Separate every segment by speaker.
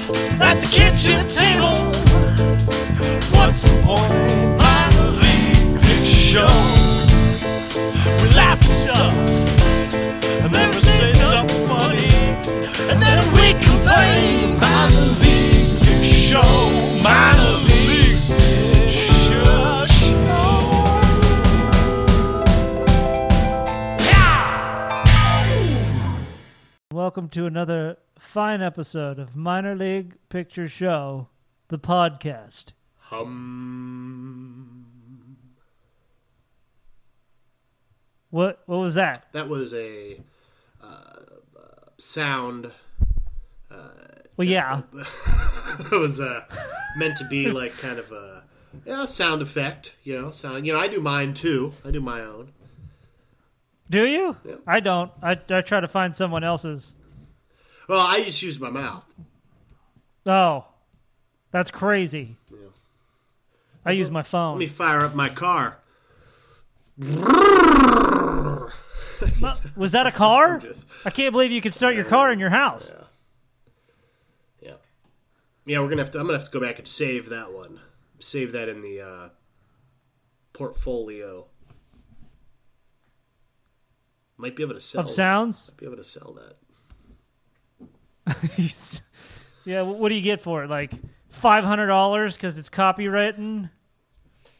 Speaker 1: the kitchen table. What's the point? By the lead show. We laugh at stuff and then we say something funny, and then we complain. Minor league Big show, minor league Big show.
Speaker 2: Welcome to another fine episode of Minor League Picture Show, the podcast. What what was that?
Speaker 3: That was a uh, uh, sound
Speaker 2: Well, yeah,
Speaker 3: that was uh, meant to be like kind of a yeah, sound effect. You know, sound. You know, I do mine too. I do my own.
Speaker 2: do you? I don't. I I try to find someone else's.
Speaker 3: Well, I just use my mouth.
Speaker 2: Oh, that's crazy. I use my phone.
Speaker 3: Let me fire up my car.
Speaker 2: Was that a car?
Speaker 3: Just-
Speaker 2: I can't believe you could start your car in your house.
Speaker 3: yeah, yeah. We're gonna have to. I'm gonna have to go back and save that one. Save that in the uh, portfolio. Might be able to sell.
Speaker 2: Of sounds?
Speaker 3: Be able to sell that.
Speaker 2: yeah, wh- what do you get for it? Like $500 because it's copywritten?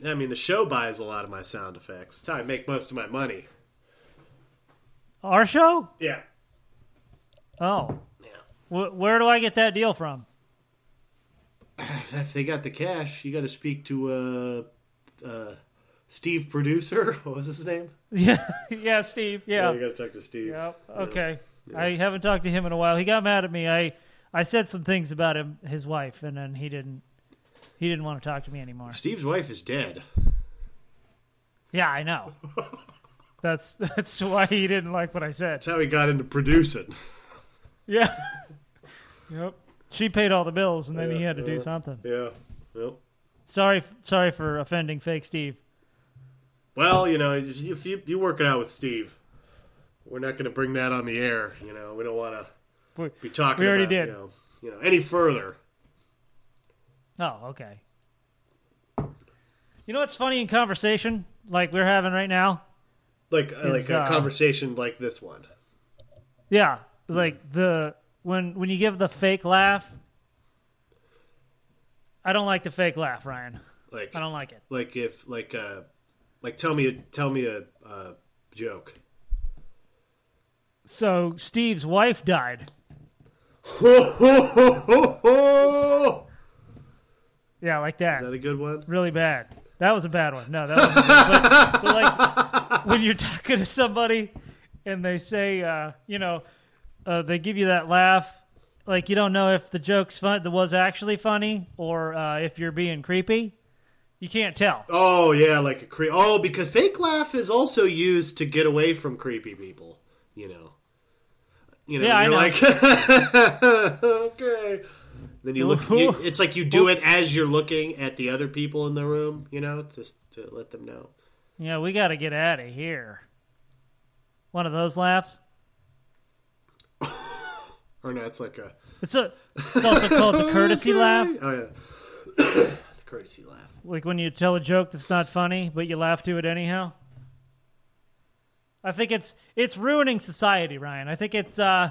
Speaker 3: I mean, the show buys a lot of my sound effects. That's how I make most of my money.
Speaker 2: Our show?
Speaker 3: Yeah.
Speaker 2: Oh.
Speaker 3: Yeah.
Speaker 2: Wh- where do I get that deal from?
Speaker 3: If, if they got the cash, you got to speak to uh, uh, Steve Producer. What was his name?
Speaker 2: Yeah, yeah, Steve. Yeah.
Speaker 3: you got to talk to Steve.
Speaker 2: Yep. Okay. I haven't talked to him in a while. He got mad at me. I I said some things about him, his wife, and then he didn't he didn't want to talk to me anymore.
Speaker 3: Steve's wife is dead.
Speaker 2: Yeah, I know. That's that's why he didn't like what I said.
Speaker 3: That's how he got into producing.
Speaker 2: Yeah. yep. She paid all the bills, and then he had to do something.
Speaker 3: Yeah. Yep.
Speaker 2: Sorry, sorry for offending fake Steve.
Speaker 3: Well, you know, if you you work it out with Steve, we're not going to bring that on the air. You know, we don't want to
Speaker 2: We-
Speaker 3: be talking.
Speaker 2: we already
Speaker 3: about,
Speaker 2: did.
Speaker 3: You know, you know, any further?
Speaker 2: Oh, okay. You know what's funny in conversation, like we're having right now?
Speaker 3: Like uh, like
Speaker 2: Is,
Speaker 3: a
Speaker 2: uh,
Speaker 3: conversation like this one.
Speaker 2: Yeah, like the when when you give the fake laugh. I don't like the fake laugh, Ryan.
Speaker 3: Like
Speaker 2: I don't like it.
Speaker 3: like if like uh like tell me a tell me a uh, joke
Speaker 2: So Steve's wife died.
Speaker 3: is
Speaker 2: Yeah, like that.
Speaker 3: that a good one
Speaker 2: really bad. That was a bad one. No, that was but, but like when you're talking to somebody and they say, uh, you know, uh, they give you that laugh, like you don't know if the joke's fun, that was actually funny, or uh, if you're being creepy. You can't tell.
Speaker 3: oh yeah like a creep oh because fake laugh is also used to get away from creepy people you know you know
Speaker 2: Yeah, I
Speaker 3: you're
Speaker 2: know.
Speaker 3: like okay then you look you,
Speaker 2: Ooh.
Speaker 3: it's like you do it as you're looking at the other people in the room you know just to let them know
Speaker 2: Yeah, we got to get out of here. One of those laughs.
Speaker 3: or no it's like a
Speaker 2: It's a. It's also called the courtesy laugh.
Speaker 3: oh yeah the courtesy laugh
Speaker 2: Like when you tell a joke that's not funny, but you laugh to it anyhow. I think it's it's ruining society, Ryan. I think it's uh,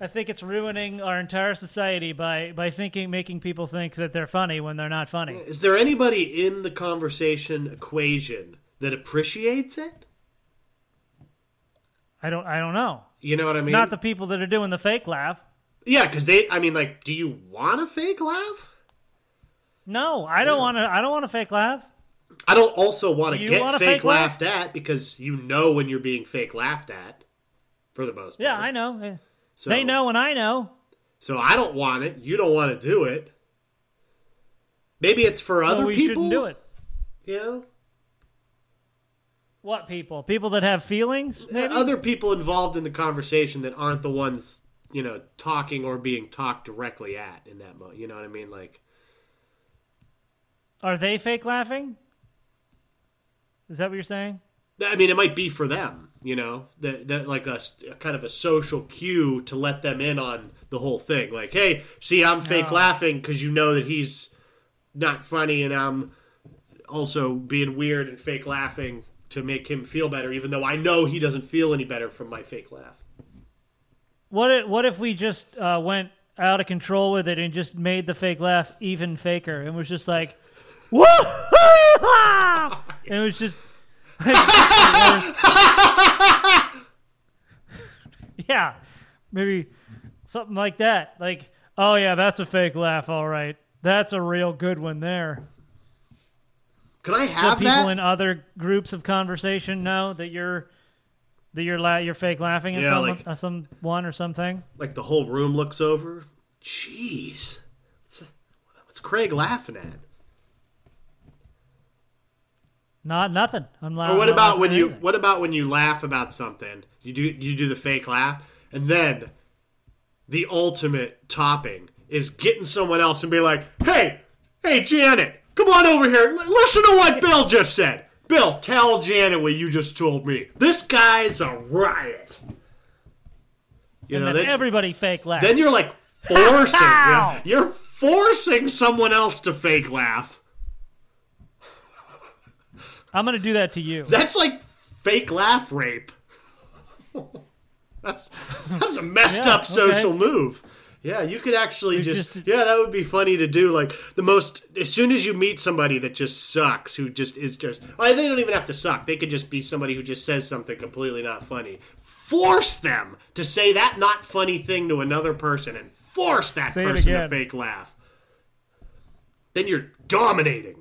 Speaker 2: I think it's ruining our entire society by by thinking making people think that they're funny when they're not funny.
Speaker 3: Is there anybody in the conversation equation that appreciates it?
Speaker 2: I don't I don't know.
Speaker 3: You know what I mean?
Speaker 2: Not the people that are doing the fake laugh.
Speaker 3: yeah, because they. I mean, like, do you want a fake laugh?
Speaker 2: No, I don't want to. I don't want a fake laugh.
Speaker 3: I don't also want
Speaker 2: Do
Speaker 3: to
Speaker 2: you
Speaker 3: get
Speaker 2: want a
Speaker 3: fake,
Speaker 2: fake laugh?
Speaker 3: laughed at because you know when you're being fake laughed at, for the most
Speaker 2: Yeah,
Speaker 3: part.
Speaker 2: I know. Eh,
Speaker 3: So,
Speaker 2: They know, and I know.
Speaker 3: So I don't want it. You don't want to do it. Maybe it's for
Speaker 2: So
Speaker 3: other
Speaker 2: we
Speaker 3: people.
Speaker 2: shouldn't do it.
Speaker 3: You know,
Speaker 2: What people? People that have feelings?
Speaker 3: other people involved in the conversation that aren't the ones you know talking or being talked directly at in that moment. You know what I mean? Like.
Speaker 2: Are they fake laughing? Is that what you're saying?
Speaker 3: I mean, it might be for them, you know, that that like a, s- a kind of a social cue to let them in on the whole thing. Like, hey, see, I'm fake
Speaker 2: No.
Speaker 3: laughing because you know that he's not funny, and I'm also being weird and fake laughing to make him feel better, even though I know he doesn't feel any better from my fake laugh.
Speaker 2: What if, what if we just uh, went out of control with it and just made the fake laugh even faker and was just like, woo And it was just. yeah, maybe something like that. Like, oh yeah, that's a fake laugh, all right. That's a real good one there.
Speaker 3: Could I
Speaker 2: So
Speaker 3: have
Speaker 2: people
Speaker 3: that?
Speaker 2: in other groups of conversation know that you're that you're la- you're fake laughing at
Speaker 3: Yeah,
Speaker 2: someone,
Speaker 3: like-
Speaker 2: uh, someone or something.
Speaker 3: like the whole room looks over. Jeez, what's, what's Craig laughing at?
Speaker 2: Not nothing. I'm laughing.
Speaker 3: Or what
Speaker 2: I'm
Speaker 3: about
Speaker 2: laughing
Speaker 3: when
Speaker 2: at
Speaker 3: you
Speaker 2: anything.
Speaker 3: what about when you laugh about something? You do you do the fake laugh and then the ultimate topping is getting someone else and be like, "Hey, hey Janet, come on over here. L- listen to what Bill just said. Bill, tell Janet what you just told me. This guy's a riot." You
Speaker 2: and
Speaker 3: know,
Speaker 2: then
Speaker 3: then,
Speaker 2: everybody fake laughs.
Speaker 3: then you're like forcing you're, you're forcing someone else to fake laugh.
Speaker 2: I'm gonna do that to you.
Speaker 3: That's like fake laugh rape. that's that's a messed
Speaker 2: Yeah,
Speaker 3: up social
Speaker 2: okay.
Speaker 3: move. Yeah, you could actually just,
Speaker 2: just-
Speaker 3: yeah, that would be funny to do. Like the most as soon as you meet somebody that just sucks, who just is just oh, they don't even have to suck. They could just be somebody who just says something completely not funny. Force them to say that not funny thing to another person and force that
Speaker 2: Say it
Speaker 3: person to
Speaker 2: again.
Speaker 3: fake laugh. Then you're dominating.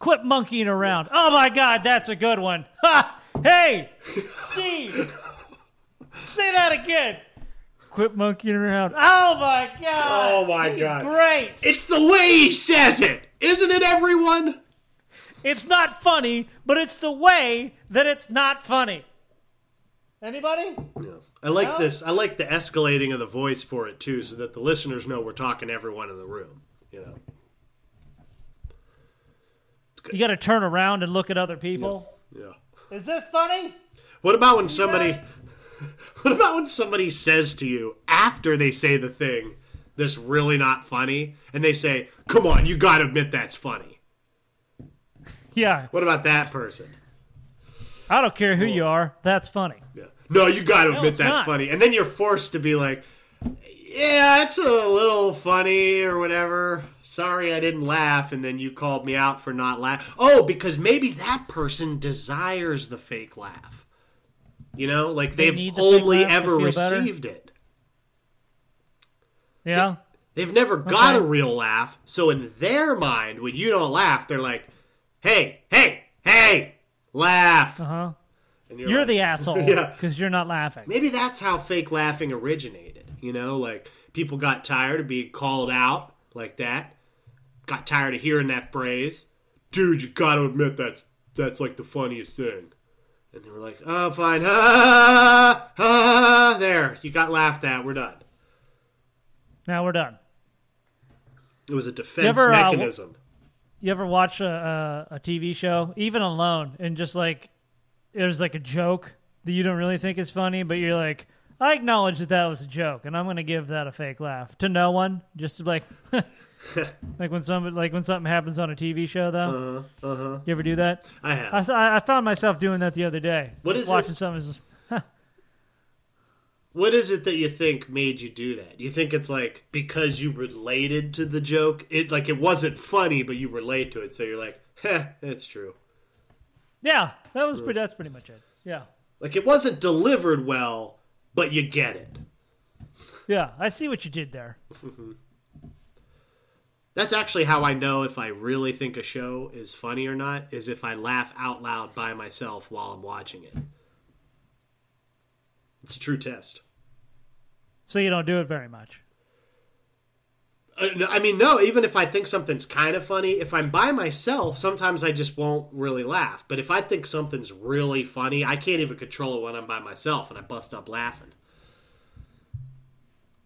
Speaker 2: Quit monkeying around. Oh my God, that's a good one. Ha! Hey, Steve, say that again. Quit monkeying around. Oh my God.
Speaker 3: Oh, my
Speaker 2: He's
Speaker 3: God.
Speaker 2: Great.
Speaker 3: It's the way he says it, isn't it, everyone?
Speaker 2: It's not funny, but it's the way that it's not funny. Anybody?
Speaker 3: I like
Speaker 2: No?
Speaker 3: this. I like the escalating of the voice for it too, so that the listeners know we're talking to everyone in the room. You know,
Speaker 2: You got to turn around and look at other people.
Speaker 3: yeah.
Speaker 2: Is this funny?
Speaker 3: What about when somebody?
Speaker 2: guys-
Speaker 3: What about when somebody says to you after they say the thing that's really not funny, and they say, "Come on, you got to admit that's funny."
Speaker 2: Yeah.
Speaker 3: What about that person?
Speaker 2: I don't care who you are. That's funny.
Speaker 3: Yeah. No, you got to admit
Speaker 2: it's
Speaker 3: that's
Speaker 2: not.
Speaker 3: funny, and then you're forced to be like, "Yeah, it's a little funny or whatever." Sorry, I didn't laugh, and then you called me out for not laugh. Oh, because maybe that person desires the fake laugh. You know, like
Speaker 2: They
Speaker 3: have
Speaker 2: need the fake
Speaker 3: only
Speaker 2: laugh to
Speaker 3: ever
Speaker 2: feel better?
Speaker 3: received it.
Speaker 2: Yeah.
Speaker 3: They've never got
Speaker 2: Okay.
Speaker 3: a real laugh. So in their mind, when you don't laugh, they're like, "Hey, hey, hey, laugh!"
Speaker 2: Uh huh.
Speaker 3: And
Speaker 2: You're
Speaker 3: like,
Speaker 2: the asshole
Speaker 3: Yeah.
Speaker 2: because you're not laughing.
Speaker 3: maybe that's how fake laughing originated. You know, like people got tired of being called out like that, got tired of hearing that phrase. Dude, you got to admit that's that's like the funniest thing. And they were like, "Oh, fine, ha, ha, ha, there, you got laughed at. We're done."
Speaker 2: Now we're done.
Speaker 3: It was a defense
Speaker 2: ever, uh, w-
Speaker 3: mechanism.
Speaker 2: You ever watch a, a, a TV show, even alone, and just like there's like a joke that you don't really think is funny, but you're like, I acknowledge that that was a joke, and I'm gonna give that a fake laugh to no one, just to like, like when some like when something happens on a TV show though.
Speaker 3: Uh-huh,
Speaker 2: Uh huh. You ever do that?
Speaker 3: I have.
Speaker 2: I, s- I- I found myself doing that the other day.
Speaker 3: What
Speaker 2: Just
Speaker 3: is it?
Speaker 2: watching something? it's Just,
Speaker 3: what is it that you think made you do that? You think it's like because you related to the joke? It like it wasn't funny, but you relate to it, so you're like, "Heh, that's true."
Speaker 2: yeah, that
Speaker 3: Uh.
Speaker 2: was pretty. That's pretty much it. Yeah,
Speaker 3: Like it wasn't delivered well, but you get it.
Speaker 2: yeah. I see what you did there.
Speaker 3: That's actually how I know if I really think a show is funny or not is if I laugh out loud by myself while I'm watching it. It's a true test.
Speaker 2: So you don't do it very much.
Speaker 3: Uh, no, I mean, no, even if I think something's kind of funny, if I'm by myself, sometimes I just won't really laugh. But if I think something's really funny, I can't even control it when I'm by myself and I bust up laughing.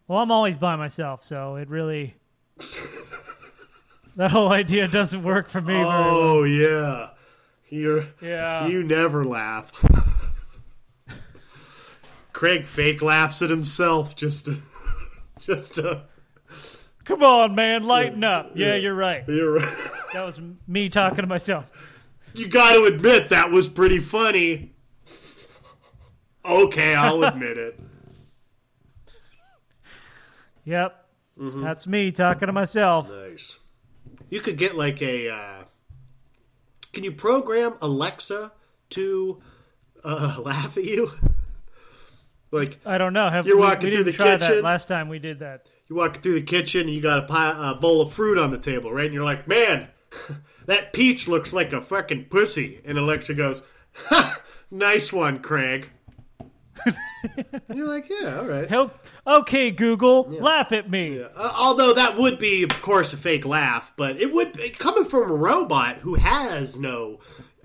Speaker 2: Well, I'm always by myself, so it really that whole idea doesn't work for me. very-
Speaker 3: Oh, yeah. You're
Speaker 2: Yeah.
Speaker 3: Oh, you never laugh. Craig fake laughs at himself just to, just to,
Speaker 2: Come on, man, lighten up. Yeah,
Speaker 3: Yeah.
Speaker 2: you're right.
Speaker 3: you're
Speaker 2: That was me talking to myself.
Speaker 3: you got to admit that was pretty funny. Okay, I'll admit it.
Speaker 2: Yep.
Speaker 3: Mm-hmm.
Speaker 2: That's me talking to myself.
Speaker 3: Nice. You could get like a. Uh, can you program Alexa to uh, laugh at you? Like
Speaker 2: I don't know. Have
Speaker 3: You're
Speaker 2: we,
Speaker 3: walking
Speaker 2: we
Speaker 3: through
Speaker 2: didn't
Speaker 3: the
Speaker 2: try that
Speaker 3: kitchen.
Speaker 2: last time we did that.
Speaker 3: you walk through the kitchen and you got a, pie, a bowl of fruit on the table, right? And you're like, man, that peach looks like a fucking pussy. And Alexa goes, ha, nice one, Craig. and you're like, yeah, all right.
Speaker 2: He'll, okay, Google, laugh at me.
Speaker 3: Uh, although that would be, of course, a fake laugh, but it would be coming from a robot who has no,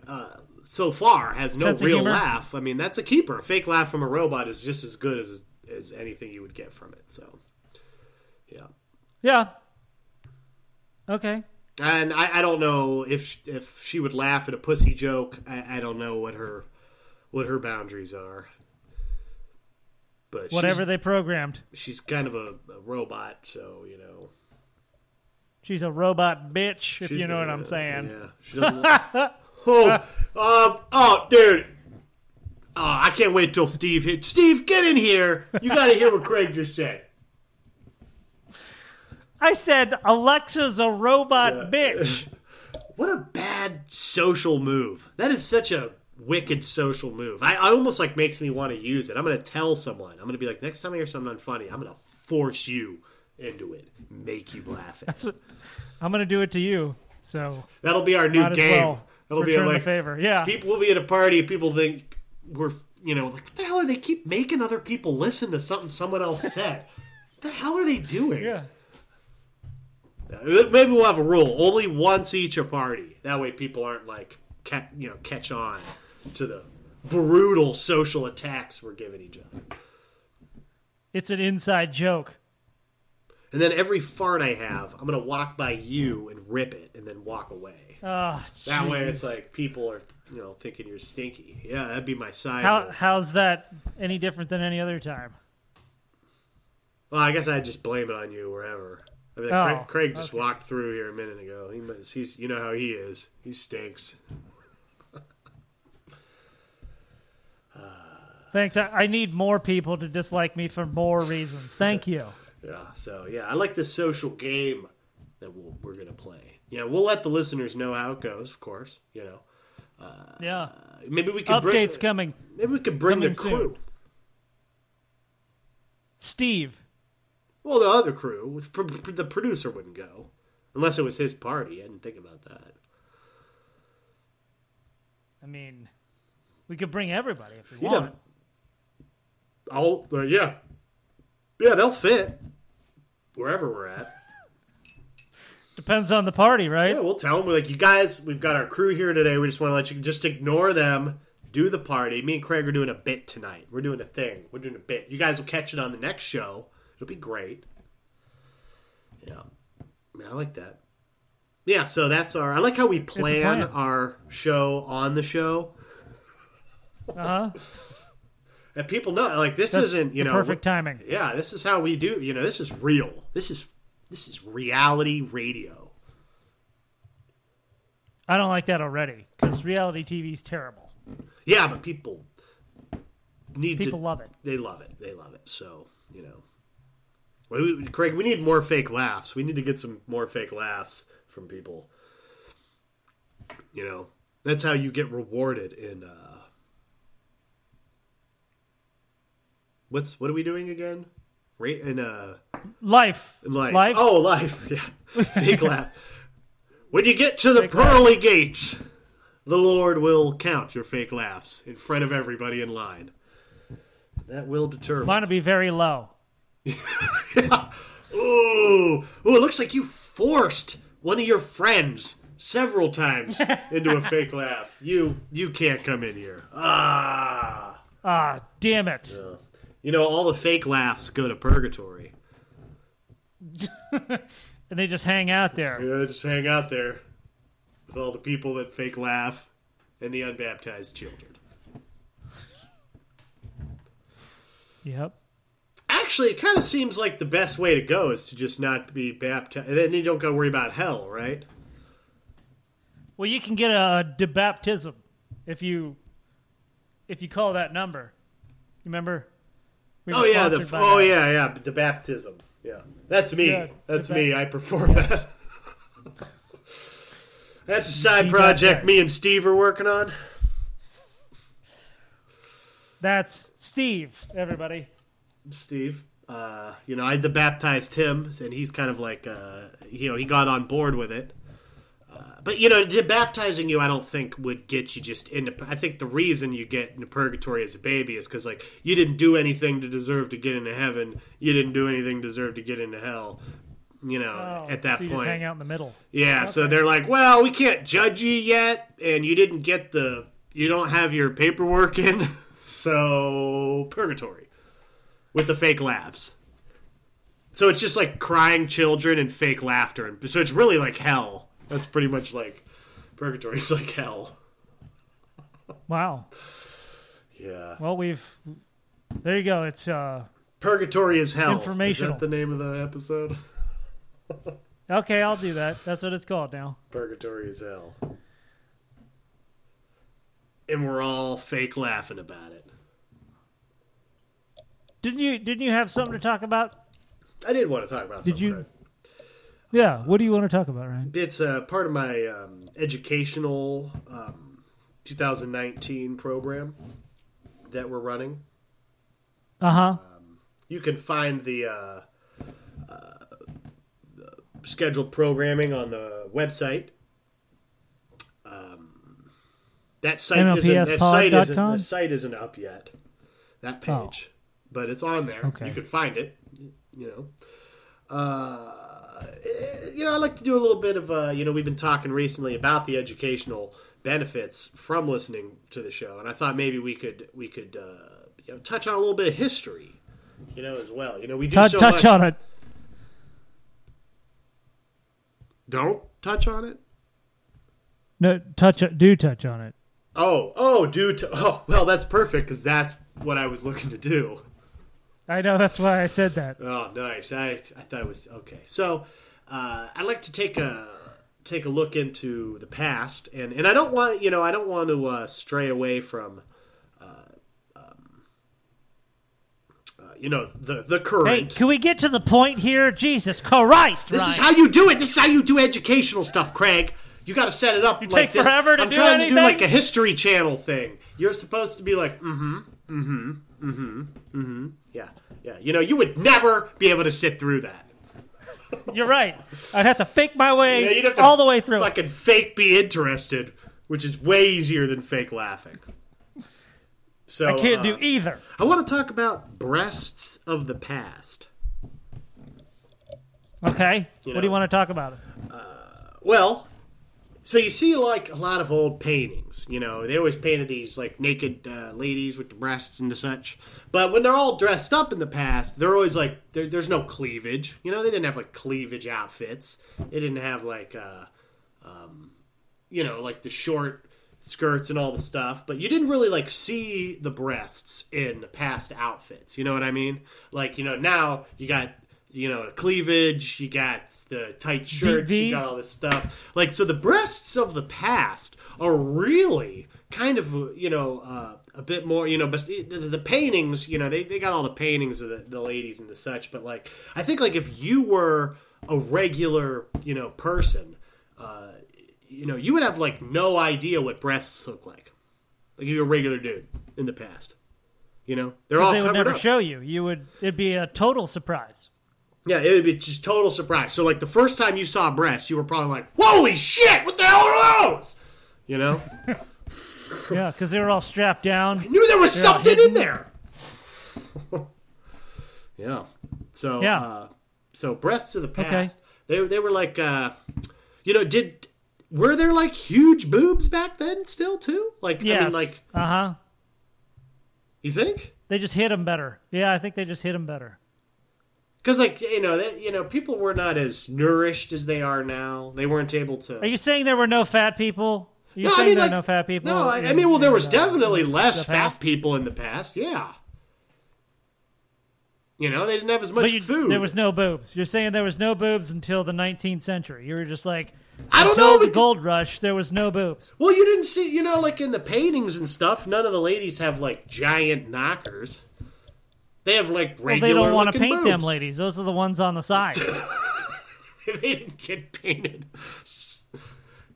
Speaker 3: uh, so far, has no
Speaker 2: Sense of
Speaker 3: real
Speaker 2: humor.
Speaker 3: laugh. I mean, that's a keeper. A fake laugh from a robot is just as good as as anything you would get from it. So, yeah.
Speaker 2: Yeah. Okay.
Speaker 3: And I, I don't know if if she would laugh at a pussy joke. I, I don't know what her what her boundaries are. But she's-
Speaker 2: Whatever they programmed.
Speaker 3: she's kind of a, a robot, so you know.
Speaker 2: She's a robot bitch, if you know what
Speaker 3: Yeah,
Speaker 2: I'm saying.
Speaker 3: Yeah. She doesn't oh, um, oh, dude. Oh, I can't wait till Steve hit. Steve, get in here. You got to hear what Craig just said.
Speaker 2: I said Alexa's a robot bitch.
Speaker 3: What a bad social move. That is such a wicked social move. I, I almost like makes me want to use it. I'm going to tell someone. I'm going to be like, next time I hear something unfunny, I'm going to force you into it, make you laugh. At. it."
Speaker 2: So, I'm gonna do it to you. So
Speaker 3: That'll be our new
Speaker 2: might as
Speaker 3: game.
Speaker 2: well
Speaker 3: That'll
Speaker 2: return
Speaker 3: be our,
Speaker 2: the
Speaker 3: like
Speaker 2: favor. Yeah.
Speaker 3: people will be at a party and people think we're you know like what the hell are they keep making other people listen to something someone else said what the hell are they doing
Speaker 2: yeah.
Speaker 3: Uh, maybe we'll have a rule only once each a party that way people aren't like ca- you know catch on to the brutal social attacks we're giving each other
Speaker 2: It's an inside joke.
Speaker 3: and then every fart i have i'm gonna walk by you and rip it and then walk away
Speaker 2: Oh,
Speaker 3: that way it's
Speaker 2: jeez.
Speaker 3: like people are you know thinking you're stinky yeah that'd be my side
Speaker 2: How,
Speaker 3: move.
Speaker 2: how's that any different than any other time?
Speaker 3: Well, I guess I'd just blame it on you wherever. I mean,
Speaker 2: Oh,
Speaker 3: Craig, Craig just
Speaker 2: okay.
Speaker 3: walked through here a minute ago. He must, he's you know how he is. He stinks.
Speaker 2: Thanks. I, I need more people to dislike me for more reasons. Thank you.
Speaker 3: Yeah. So yeah, I like this social game that we'll, we're gonna play. You know, we'll let the listeners know how it goes. Of course, you know.
Speaker 2: Yeah.
Speaker 3: Maybe we could Uh, bring,
Speaker 2: Updates coming.
Speaker 3: maybe we could bring the
Speaker 2: coming soon.
Speaker 3: crew.
Speaker 2: Steve.
Speaker 3: Well, the other crew, with pr- pr- the producer wouldn't go unless it was his party. I didn't think about that.
Speaker 2: I mean, we could bring everybody if we
Speaker 3: You'd
Speaker 2: want.
Speaker 3: have all uh, yeah, yeah. They'll fit wherever we're at.
Speaker 2: Depends on the party, right?
Speaker 3: Yeah, we'll tell them. We're like, you guys, we've got our crew here today. We just want to let you just ignore them. Do the party. Me and Craig are doing a bit tonight. We're doing a thing. We're doing a bit. You guys will catch it on the next show. It'll be great. Yeah, I mean, I like that. Yeah, so that's our. I like how we plan,
Speaker 2: plan.
Speaker 3: our show on the show.
Speaker 2: Uh huh.
Speaker 3: And people know, like, this
Speaker 2: That's
Speaker 3: isn't you
Speaker 2: the
Speaker 3: know
Speaker 2: perfect timing.
Speaker 3: Yeah, this is how we do. You know, this is real. This is this is reality radio.
Speaker 2: I don't like that already because reality TV is terrible.
Speaker 3: Yeah, but people need
Speaker 2: People
Speaker 3: to,
Speaker 2: love it.
Speaker 3: They love it. They love it. So you know, Well, we, Craig, we need more fake laughs. We need to get some more fake laughs from people. You know, that's how you get rewarded in. uh What's what are we doing again? Right in uh
Speaker 2: Life.
Speaker 3: in life.
Speaker 2: Life.
Speaker 3: Oh, life. Yeah, fake laugh. When you get to the pearly gates, the Lord will count your fake laughs in front of everybody in line. That will determine.
Speaker 2: Mine will be very low.
Speaker 3: Ooh, ooh! It looks like you forced one of your friends several times into a fake laugh. You you can't come in here. Ah,
Speaker 2: Ah, damn it.
Speaker 3: you know all the fake laughs go to purgatory.
Speaker 2: And they just hang out there.
Speaker 3: You know, just hang out there with all the people that fake laugh and the unbaptized children.
Speaker 2: Yep.
Speaker 3: Actually, it kind of seems like the best way to go is to just not be baptized, and then you don't got to worry about hell, right?
Speaker 2: Well, you can get a debaptism if you if you call that number. You remember? We
Speaker 3: Oh
Speaker 2: were
Speaker 3: yeah, the
Speaker 2: sponsored by
Speaker 3: oh
Speaker 2: that.
Speaker 3: yeah, yeah, the baptism. Yeah, that's me.
Speaker 2: Yeah,
Speaker 3: that's
Speaker 2: the
Speaker 3: me. I perform that. that's a side
Speaker 2: You got
Speaker 3: project
Speaker 2: that.
Speaker 3: me and Steve are working on.
Speaker 2: That's Steve. Everybody.
Speaker 3: Steve. Uh, you know, I the baptized him, and he's kind of like, uh, you know, he got on board with it. Uh, but you know, de- baptizing you, I don't think would get you just into. I think the reason you get into purgatory as a baby is because like you didn't do anything to deserve to get into heaven. You didn't do anything to deserve to get into hell. You know,
Speaker 2: Oh,
Speaker 3: at that
Speaker 2: so you
Speaker 3: point,
Speaker 2: just hang out in the middle.
Speaker 3: yeah, so they're like, well, we can't judge you yet, and you didn't get the, you don't have your paperwork in, so purgatory with the fake laughs. So it's just like crying children and fake laughter, and so it's really like hell. That's pretty much like purgatory. It's like hell.
Speaker 2: Wow.
Speaker 3: Yeah,
Speaker 2: Well, we've there you go. It's uh
Speaker 3: purgatory is hell.
Speaker 2: Informational.
Speaker 3: Is that the name of the episode?
Speaker 2: okay. I'll do that. That's what it's called now.
Speaker 3: Purgatory is hell, and we're all fake laughing about it.
Speaker 2: Didn't you didn't you have something to talk about?
Speaker 3: I did want to talk about.
Speaker 2: Did
Speaker 3: something,
Speaker 2: you-
Speaker 3: right?
Speaker 2: Yeah. What do you want to talk about, Ryan?
Speaker 3: It's uh, part of my um, educational um, 2019 program that we're running.
Speaker 2: Uh huh.
Speaker 3: You can find the uh, uh, scheduled programming on the website. Um, that site isn't that site isn't,
Speaker 2: MLPSpod.com?
Speaker 3: that site isn't up yet. That
Speaker 2: Oh.
Speaker 3: page, but it's on there.
Speaker 2: Okay.
Speaker 3: You can find it. You know. you know, I like to do a little bit of, uh, you know, we've been talking recently about the educational benefits from listening to the show, and I thought maybe we could we could uh, you know touch on a little bit of history, you know, as well. You know, we do
Speaker 2: Touch,
Speaker 3: so
Speaker 2: touch
Speaker 3: much.
Speaker 2: on it.
Speaker 3: Don't touch on it.
Speaker 2: No, touch it. Do touch on it.
Speaker 3: Oh, oh, do t- oh, well, that's perfect because that's what I was looking to do.
Speaker 2: I know. That's why I said that.
Speaker 3: Oh, nice. I, I thought it was okay. So, uh, I'd like to take a take a look into the past, and and I don't want you know I don't want to uh, stray away from, uh, um, uh, you know the the
Speaker 2: Hey,
Speaker 3: current.
Speaker 2: can we get to the point here? Jesus Christ,
Speaker 3: this is
Speaker 2: Ryan.
Speaker 3: how you do it. This is how you do educational stuff, Craig. You got to set it up. You like
Speaker 2: take
Speaker 3: this.
Speaker 2: forever to
Speaker 3: I'm
Speaker 2: do
Speaker 3: trying to do like
Speaker 2: anything?
Speaker 3: a History Channel thing. You're supposed to be like, mm-hmm, mm-hmm, mm-hmm, mm-hmm. Yeah, yeah. You know, you would never be able to sit through that.
Speaker 2: You're right. I'd have to fake my way
Speaker 3: Yeah, you'd have to
Speaker 2: all the way through.
Speaker 3: Fucking fake be interested, which is way easier than fake laughing. So
Speaker 2: I can't do
Speaker 3: uh,
Speaker 2: either.
Speaker 3: I want to talk about breasts of the past.
Speaker 2: Okay. what do
Speaker 3: know. Oh,
Speaker 2: you want to talk about?
Speaker 3: Well, so you see like a lot of old paintings. You know, they always painted these like naked uh, ladies with the breasts and the such. But when they're all dressed up in the past, they're always like there, there's no cleavage. You know, they didn't have like cleavage outfits. They didn't have like. Uh, you know, like the short skirts and all the stuff, but you didn't really like see the breasts in past outfits. You know what I mean? Like, you know, now you got you know cleavage, you got the tight shirts, you got
Speaker 2: DVs.
Speaker 3: all this stuff. Like, so the breasts of the past are really kind of you know uh, a bit more you know but the, the paintings you know they, they got all the paintings of the, the ladies and the such but like i think like if you were a regular you know person uh, you know, you would have like no idea what breasts look like. Like if you're a regular dude in the past, you know, they're all
Speaker 2: They would
Speaker 3: covered
Speaker 2: never
Speaker 3: up.
Speaker 2: show you. You would. It'd be a total surprise.
Speaker 3: yeah, it would be just total surprise. So like the first time you saw breasts, you were probably like, "Holy shit, what the hell are those?" You know,
Speaker 2: Yeah, because they were all strapped down.
Speaker 3: knew there was something in there. yeah. So
Speaker 2: Yeah.
Speaker 3: Uh, so breasts of the past. They they were like, uh, you know, did were there like huge boobs back then still too? Like I mean,
Speaker 2: Yes.
Speaker 3: like
Speaker 2: uh huh.
Speaker 3: you think?
Speaker 2: They just hit them better. Yeah, I think they just hit them better.
Speaker 3: Because like you know that you know people were not as nourished as they are now. They weren't able to.
Speaker 2: Are you saying there were no fat people? You
Speaker 3: No, I
Speaker 2: saying
Speaker 3: mean,
Speaker 2: there
Speaker 3: like-
Speaker 2: are no fat people?
Speaker 3: No, I, I
Speaker 2: in-
Speaker 3: mean, well, there
Speaker 2: in,
Speaker 3: was
Speaker 2: uh,
Speaker 3: definitely less
Speaker 2: the
Speaker 3: fat
Speaker 2: past?
Speaker 3: people in the past. Yeah. You know, they didn't have as much
Speaker 2: but you-
Speaker 3: food.
Speaker 2: There was no boobs. You're saying there was no boobs until the 19th century. You were just like,
Speaker 3: I don't
Speaker 2: until
Speaker 3: know.
Speaker 2: the
Speaker 3: but-
Speaker 2: gold rush, there was no boobs.
Speaker 3: well, you didn't see, you know, like in the paintings and stuff, none of the ladies have like giant knockers. They have like
Speaker 2: Well,
Speaker 3: regular.
Speaker 2: they don't want to
Speaker 3: looking
Speaker 2: paint them
Speaker 3: boobs.
Speaker 2: ladies. Those are the ones on the side.
Speaker 3: they didn't get painted.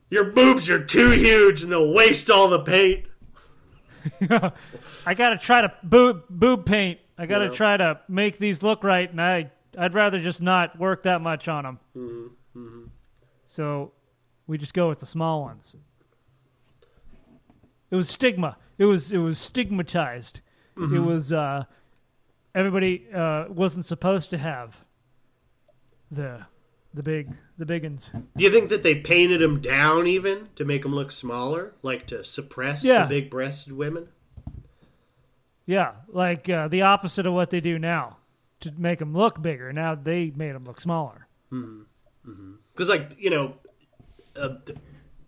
Speaker 3: Your boobs are too huge, and they'll waste all the paint.
Speaker 2: I gotta try to boob boob paint. I gotta
Speaker 3: Yeah.
Speaker 2: try to make these look right, and I I'd rather just not work that much on them. So we just go with the small ones. It was stigma. It was it was stigmatized. It was uh, everybody uh, wasn't supposed to have the the big the biggins.
Speaker 3: Do you think that they painted them down even to make them look smaller, like to suppress
Speaker 2: Yeah.
Speaker 3: the big-breasted women?
Speaker 2: Yeah, like uh, the opposite of what they do now to make them look bigger. Now they made them look smaller.
Speaker 3: because like you know uh, th-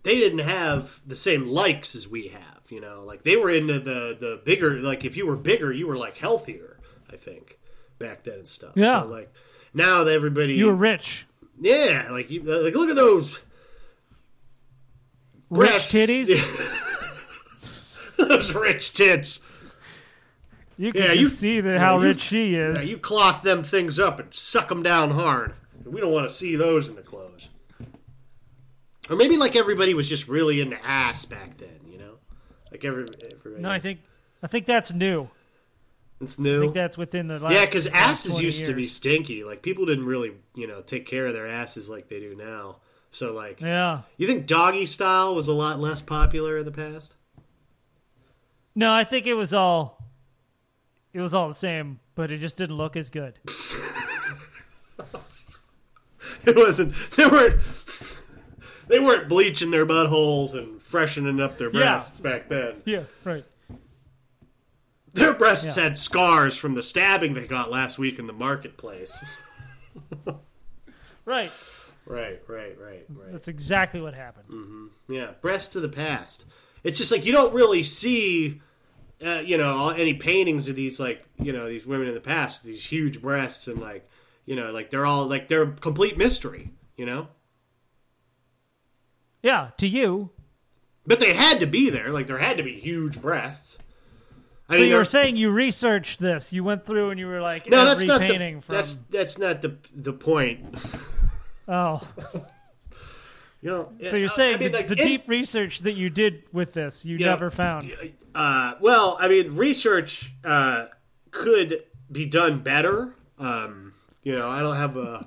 Speaker 3: they didn't have the same likes as we have you know like they were into the the bigger like if you were bigger you were like healthier i think back then and stuff
Speaker 2: Yeah.
Speaker 3: so like now that everybody
Speaker 2: You were rich.
Speaker 3: yeah like you like look at those
Speaker 2: Rich
Speaker 3: breasts.
Speaker 2: titties.
Speaker 3: those rich tits
Speaker 2: You can
Speaker 3: Yeah,
Speaker 2: just
Speaker 3: you-
Speaker 2: see that
Speaker 3: yeah,
Speaker 2: how
Speaker 3: you-
Speaker 2: rich she
Speaker 3: now
Speaker 2: is.
Speaker 3: you cloth them things up and suck them down hard we don't want to see those in the clothes or maybe like everybody was just really into ass back then you know like every, everybody
Speaker 2: no, I think I think that's new. I
Speaker 3: It's new.
Speaker 2: think that's within the last.
Speaker 3: yeah, because
Speaker 2: last
Speaker 3: asses
Speaker 2: 20
Speaker 3: used to be
Speaker 2: years.
Speaker 3: stinky. Like people didn't really, you know, take care of their asses like they do now. So like,
Speaker 2: Yeah.
Speaker 3: you think doggy style was a lot less popular in the past?
Speaker 2: No, I think it was all. It was all the same, but it just didn't look as good.
Speaker 3: It wasn't. They weren't. They weren't bleaching their buttholes and freshening up their
Speaker 2: Yeah.
Speaker 3: breasts back then.
Speaker 2: Yeah, right.
Speaker 3: Their breasts had scars from the stabbing they got last week in the marketplace.
Speaker 2: Right.
Speaker 3: right, right, right, right.
Speaker 2: That's exactly what happened.
Speaker 3: Mm. Yeah, breasts to the past. It's just like you don't really see, uh, you know, any paintings of these like you know these women in the past with these huge breasts and like you know like they're all like they're a complete mystery, you know.
Speaker 2: Yeah, to you.
Speaker 3: But they had to be there. Like there had to be huge breasts. I
Speaker 2: So you
Speaker 3: they're-
Speaker 2: were saying you researched this. You went through and you were like,
Speaker 3: uh, no, that's
Speaker 2: every
Speaker 3: not
Speaker 2: painting
Speaker 3: the
Speaker 2: from.
Speaker 3: that's that's not the the point.
Speaker 2: Oh,
Speaker 3: You know,
Speaker 2: so you're
Speaker 3: I-
Speaker 2: saying
Speaker 3: I mean,
Speaker 2: the,
Speaker 3: like,
Speaker 2: the
Speaker 3: in-
Speaker 2: deep research that you did with this, you
Speaker 3: Yeah.
Speaker 2: never found.
Speaker 3: Uh, well, I mean, research uh, could be done better. Um, you know, I don't have a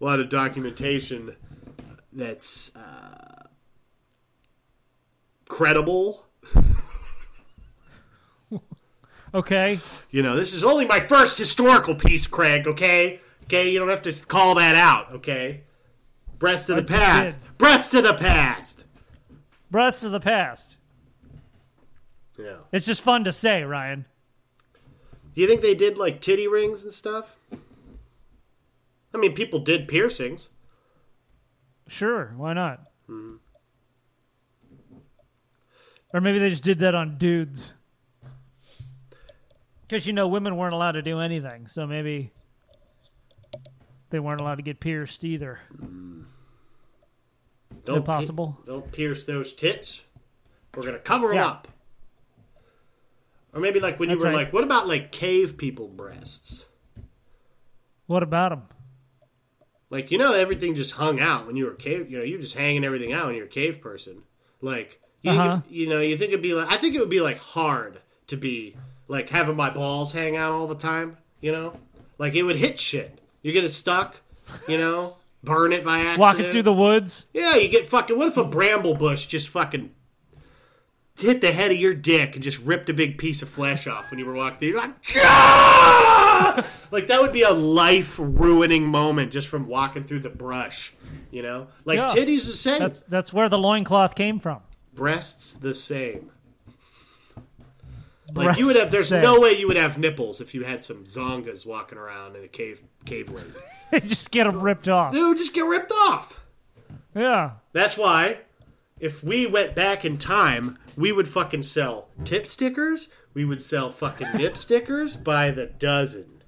Speaker 3: lot of documentation that's uh, credible.
Speaker 2: Okay.
Speaker 3: You know, this is only my first historical piece, Craig. Okay, okay, you don't have to call that out. Okay, breast to the past, breast to the past.
Speaker 2: Breasts of the past.
Speaker 3: Yeah.
Speaker 2: It's just fun to say, Ryan.
Speaker 3: Do you think they did like titty rings and stuff? I mean, people did piercings.
Speaker 2: Sure, why not?
Speaker 3: Hmm.
Speaker 2: Or maybe they just did that on dudes. Because, you know, women weren't allowed to do anything, so maybe they weren't allowed to get pierced either.
Speaker 3: Don't pi-
Speaker 2: possible?
Speaker 3: don't pierce those tits. We're gonna cover them
Speaker 2: Yeah.
Speaker 3: up. Or maybe like when
Speaker 2: That's
Speaker 3: you were
Speaker 2: right.
Speaker 3: like, what about like cave people breasts?
Speaker 2: What about them?
Speaker 3: Like you know everything just hung out when you were cave. You know you're just hanging everything out when you're a cave person. Like you,
Speaker 2: Uh-huh.
Speaker 3: you know you think it'd be like I think it would be like hard to be like having my balls hang out all the time. You know, like it would hit shit. You get it stuck. You know, burn it by accident.
Speaker 2: Walking through the woods?
Speaker 3: Yeah, you get fucking. What if a bramble bush just fucking hit the head of your dick and just ripped a big piece of flesh off when you were walking through? You're like, "Ah!" like that would be a life ruining moment just from walking through the brush, you know? Like
Speaker 2: Yeah.
Speaker 3: titties the same,
Speaker 2: That's, that's where the loincloth came from.
Speaker 3: breasts the same. Like you would
Speaker 2: Breasts
Speaker 3: have. There's
Speaker 2: say.
Speaker 3: no way you would have nipples if you had some zongas walking around in a cave cave rave.
Speaker 2: They just get them ripped off.
Speaker 3: they would just get ripped off.
Speaker 2: Yeah.
Speaker 3: That's why if we went back in time, we would fucking sell tip stickers. We would sell fucking nip stickers by the dozen.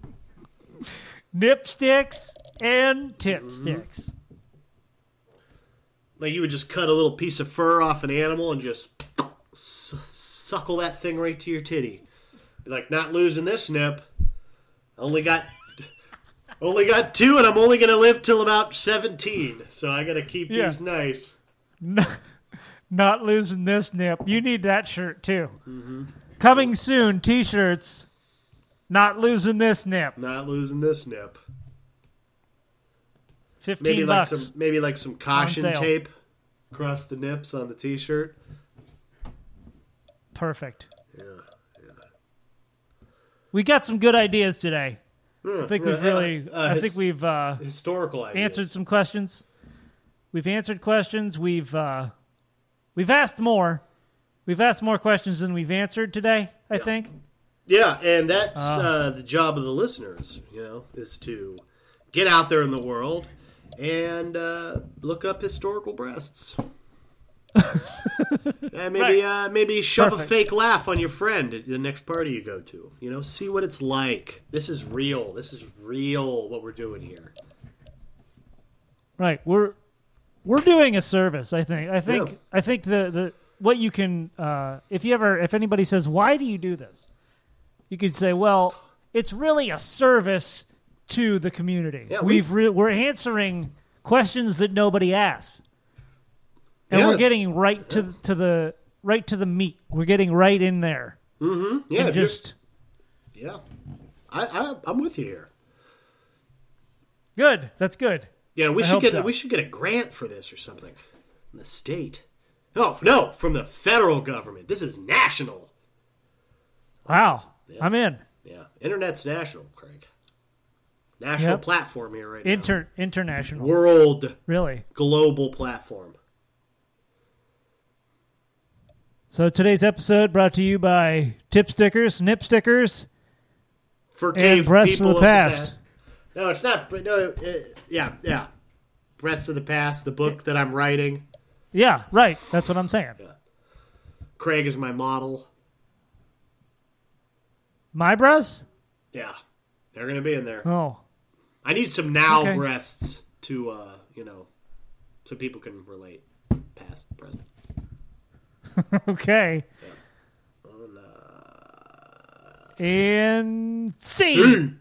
Speaker 2: Nip sticks and tip sticks.
Speaker 3: Like you would just cut a little piece of fur off an animal and just s- suckle that thing right to your titty. Be like, not losing this nip. Only got, only got two, and I'm only gonna live till about seventeen. So I gotta keep
Speaker 2: Yeah.
Speaker 3: these nice.
Speaker 2: Not losing this nip. You need that shirt too.
Speaker 3: Mm-hmm.
Speaker 2: Coming soon, t-shirts. Not losing this nip.
Speaker 3: Not losing this nip.
Speaker 2: Fifteen
Speaker 3: Maybe like
Speaker 2: bucks.
Speaker 3: some maybe like some caution
Speaker 2: sale.
Speaker 3: tape across the nips on the t-shirt.
Speaker 2: Perfect. We got some good ideas today. I think we've
Speaker 3: Hmm, yeah,
Speaker 2: really.
Speaker 3: uh,
Speaker 2: I
Speaker 3: his-
Speaker 2: think we've uh,
Speaker 3: Historical ideas.
Speaker 2: answered some questions. We've answered questions. We've uh, we've asked more. We've asked more questions than we've answered today. I think.
Speaker 3: Yeah, and that's
Speaker 2: Ah.
Speaker 3: uh, the job of the listeners, you know, is to get out there in the world and uh, look up historical breasts. and maybe uh, maybe shove
Speaker 2: Perfect.
Speaker 3: a fake laugh on your friend at the next party you go to. You know, see what it's like. This is real. This is real what we're doing here.
Speaker 2: Right. We're we're doing a service, I think. I think
Speaker 3: Yeah.
Speaker 2: I think the, the what you can uh, if you ever if anybody says, Why do you do this? You could say, Well, it's really a service to the community.
Speaker 3: Yeah, we-
Speaker 2: We've re- we're answering questions that nobody asks. And
Speaker 3: Yeah,
Speaker 2: we're
Speaker 3: it's-
Speaker 2: getting right to to the right to the meat. We're getting right in there.
Speaker 3: Yeah, if you're-
Speaker 2: Just
Speaker 3: yeah. I, I I'm with you here.
Speaker 2: good. That's good.
Speaker 3: You know, we
Speaker 2: I
Speaker 3: should
Speaker 2: hope
Speaker 3: get
Speaker 2: so.
Speaker 3: we should get a grant for this or something. From the state. No, no, from the federal government. This is national.
Speaker 2: Wow. I'm in.
Speaker 3: Yeah, internet's national, Craig. National
Speaker 2: Yep.
Speaker 3: platform here right now.
Speaker 2: Inter international.
Speaker 3: World
Speaker 2: Really.
Speaker 3: global platform.
Speaker 2: So today's episode brought to you by Tip Stickers, Nip Stickers,
Speaker 3: For
Speaker 2: and
Speaker 3: cave
Speaker 2: Breasts
Speaker 3: people
Speaker 2: of the Past.
Speaker 3: No, it's not. but No, it, yeah, yeah. Breasts of the past, the book that I'm writing.
Speaker 2: Yeah, right. That's what I'm saying.
Speaker 3: Craig is my model.
Speaker 2: My bras?
Speaker 3: Yeah, they're gonna be in there.
Speaker 2: Oh,
Speaker 3: I need some now
Speaker 2: Okay.
Speaker 3: breasts to, uh, you know, so people can relate past, present.
Speaker 2: okay. And see.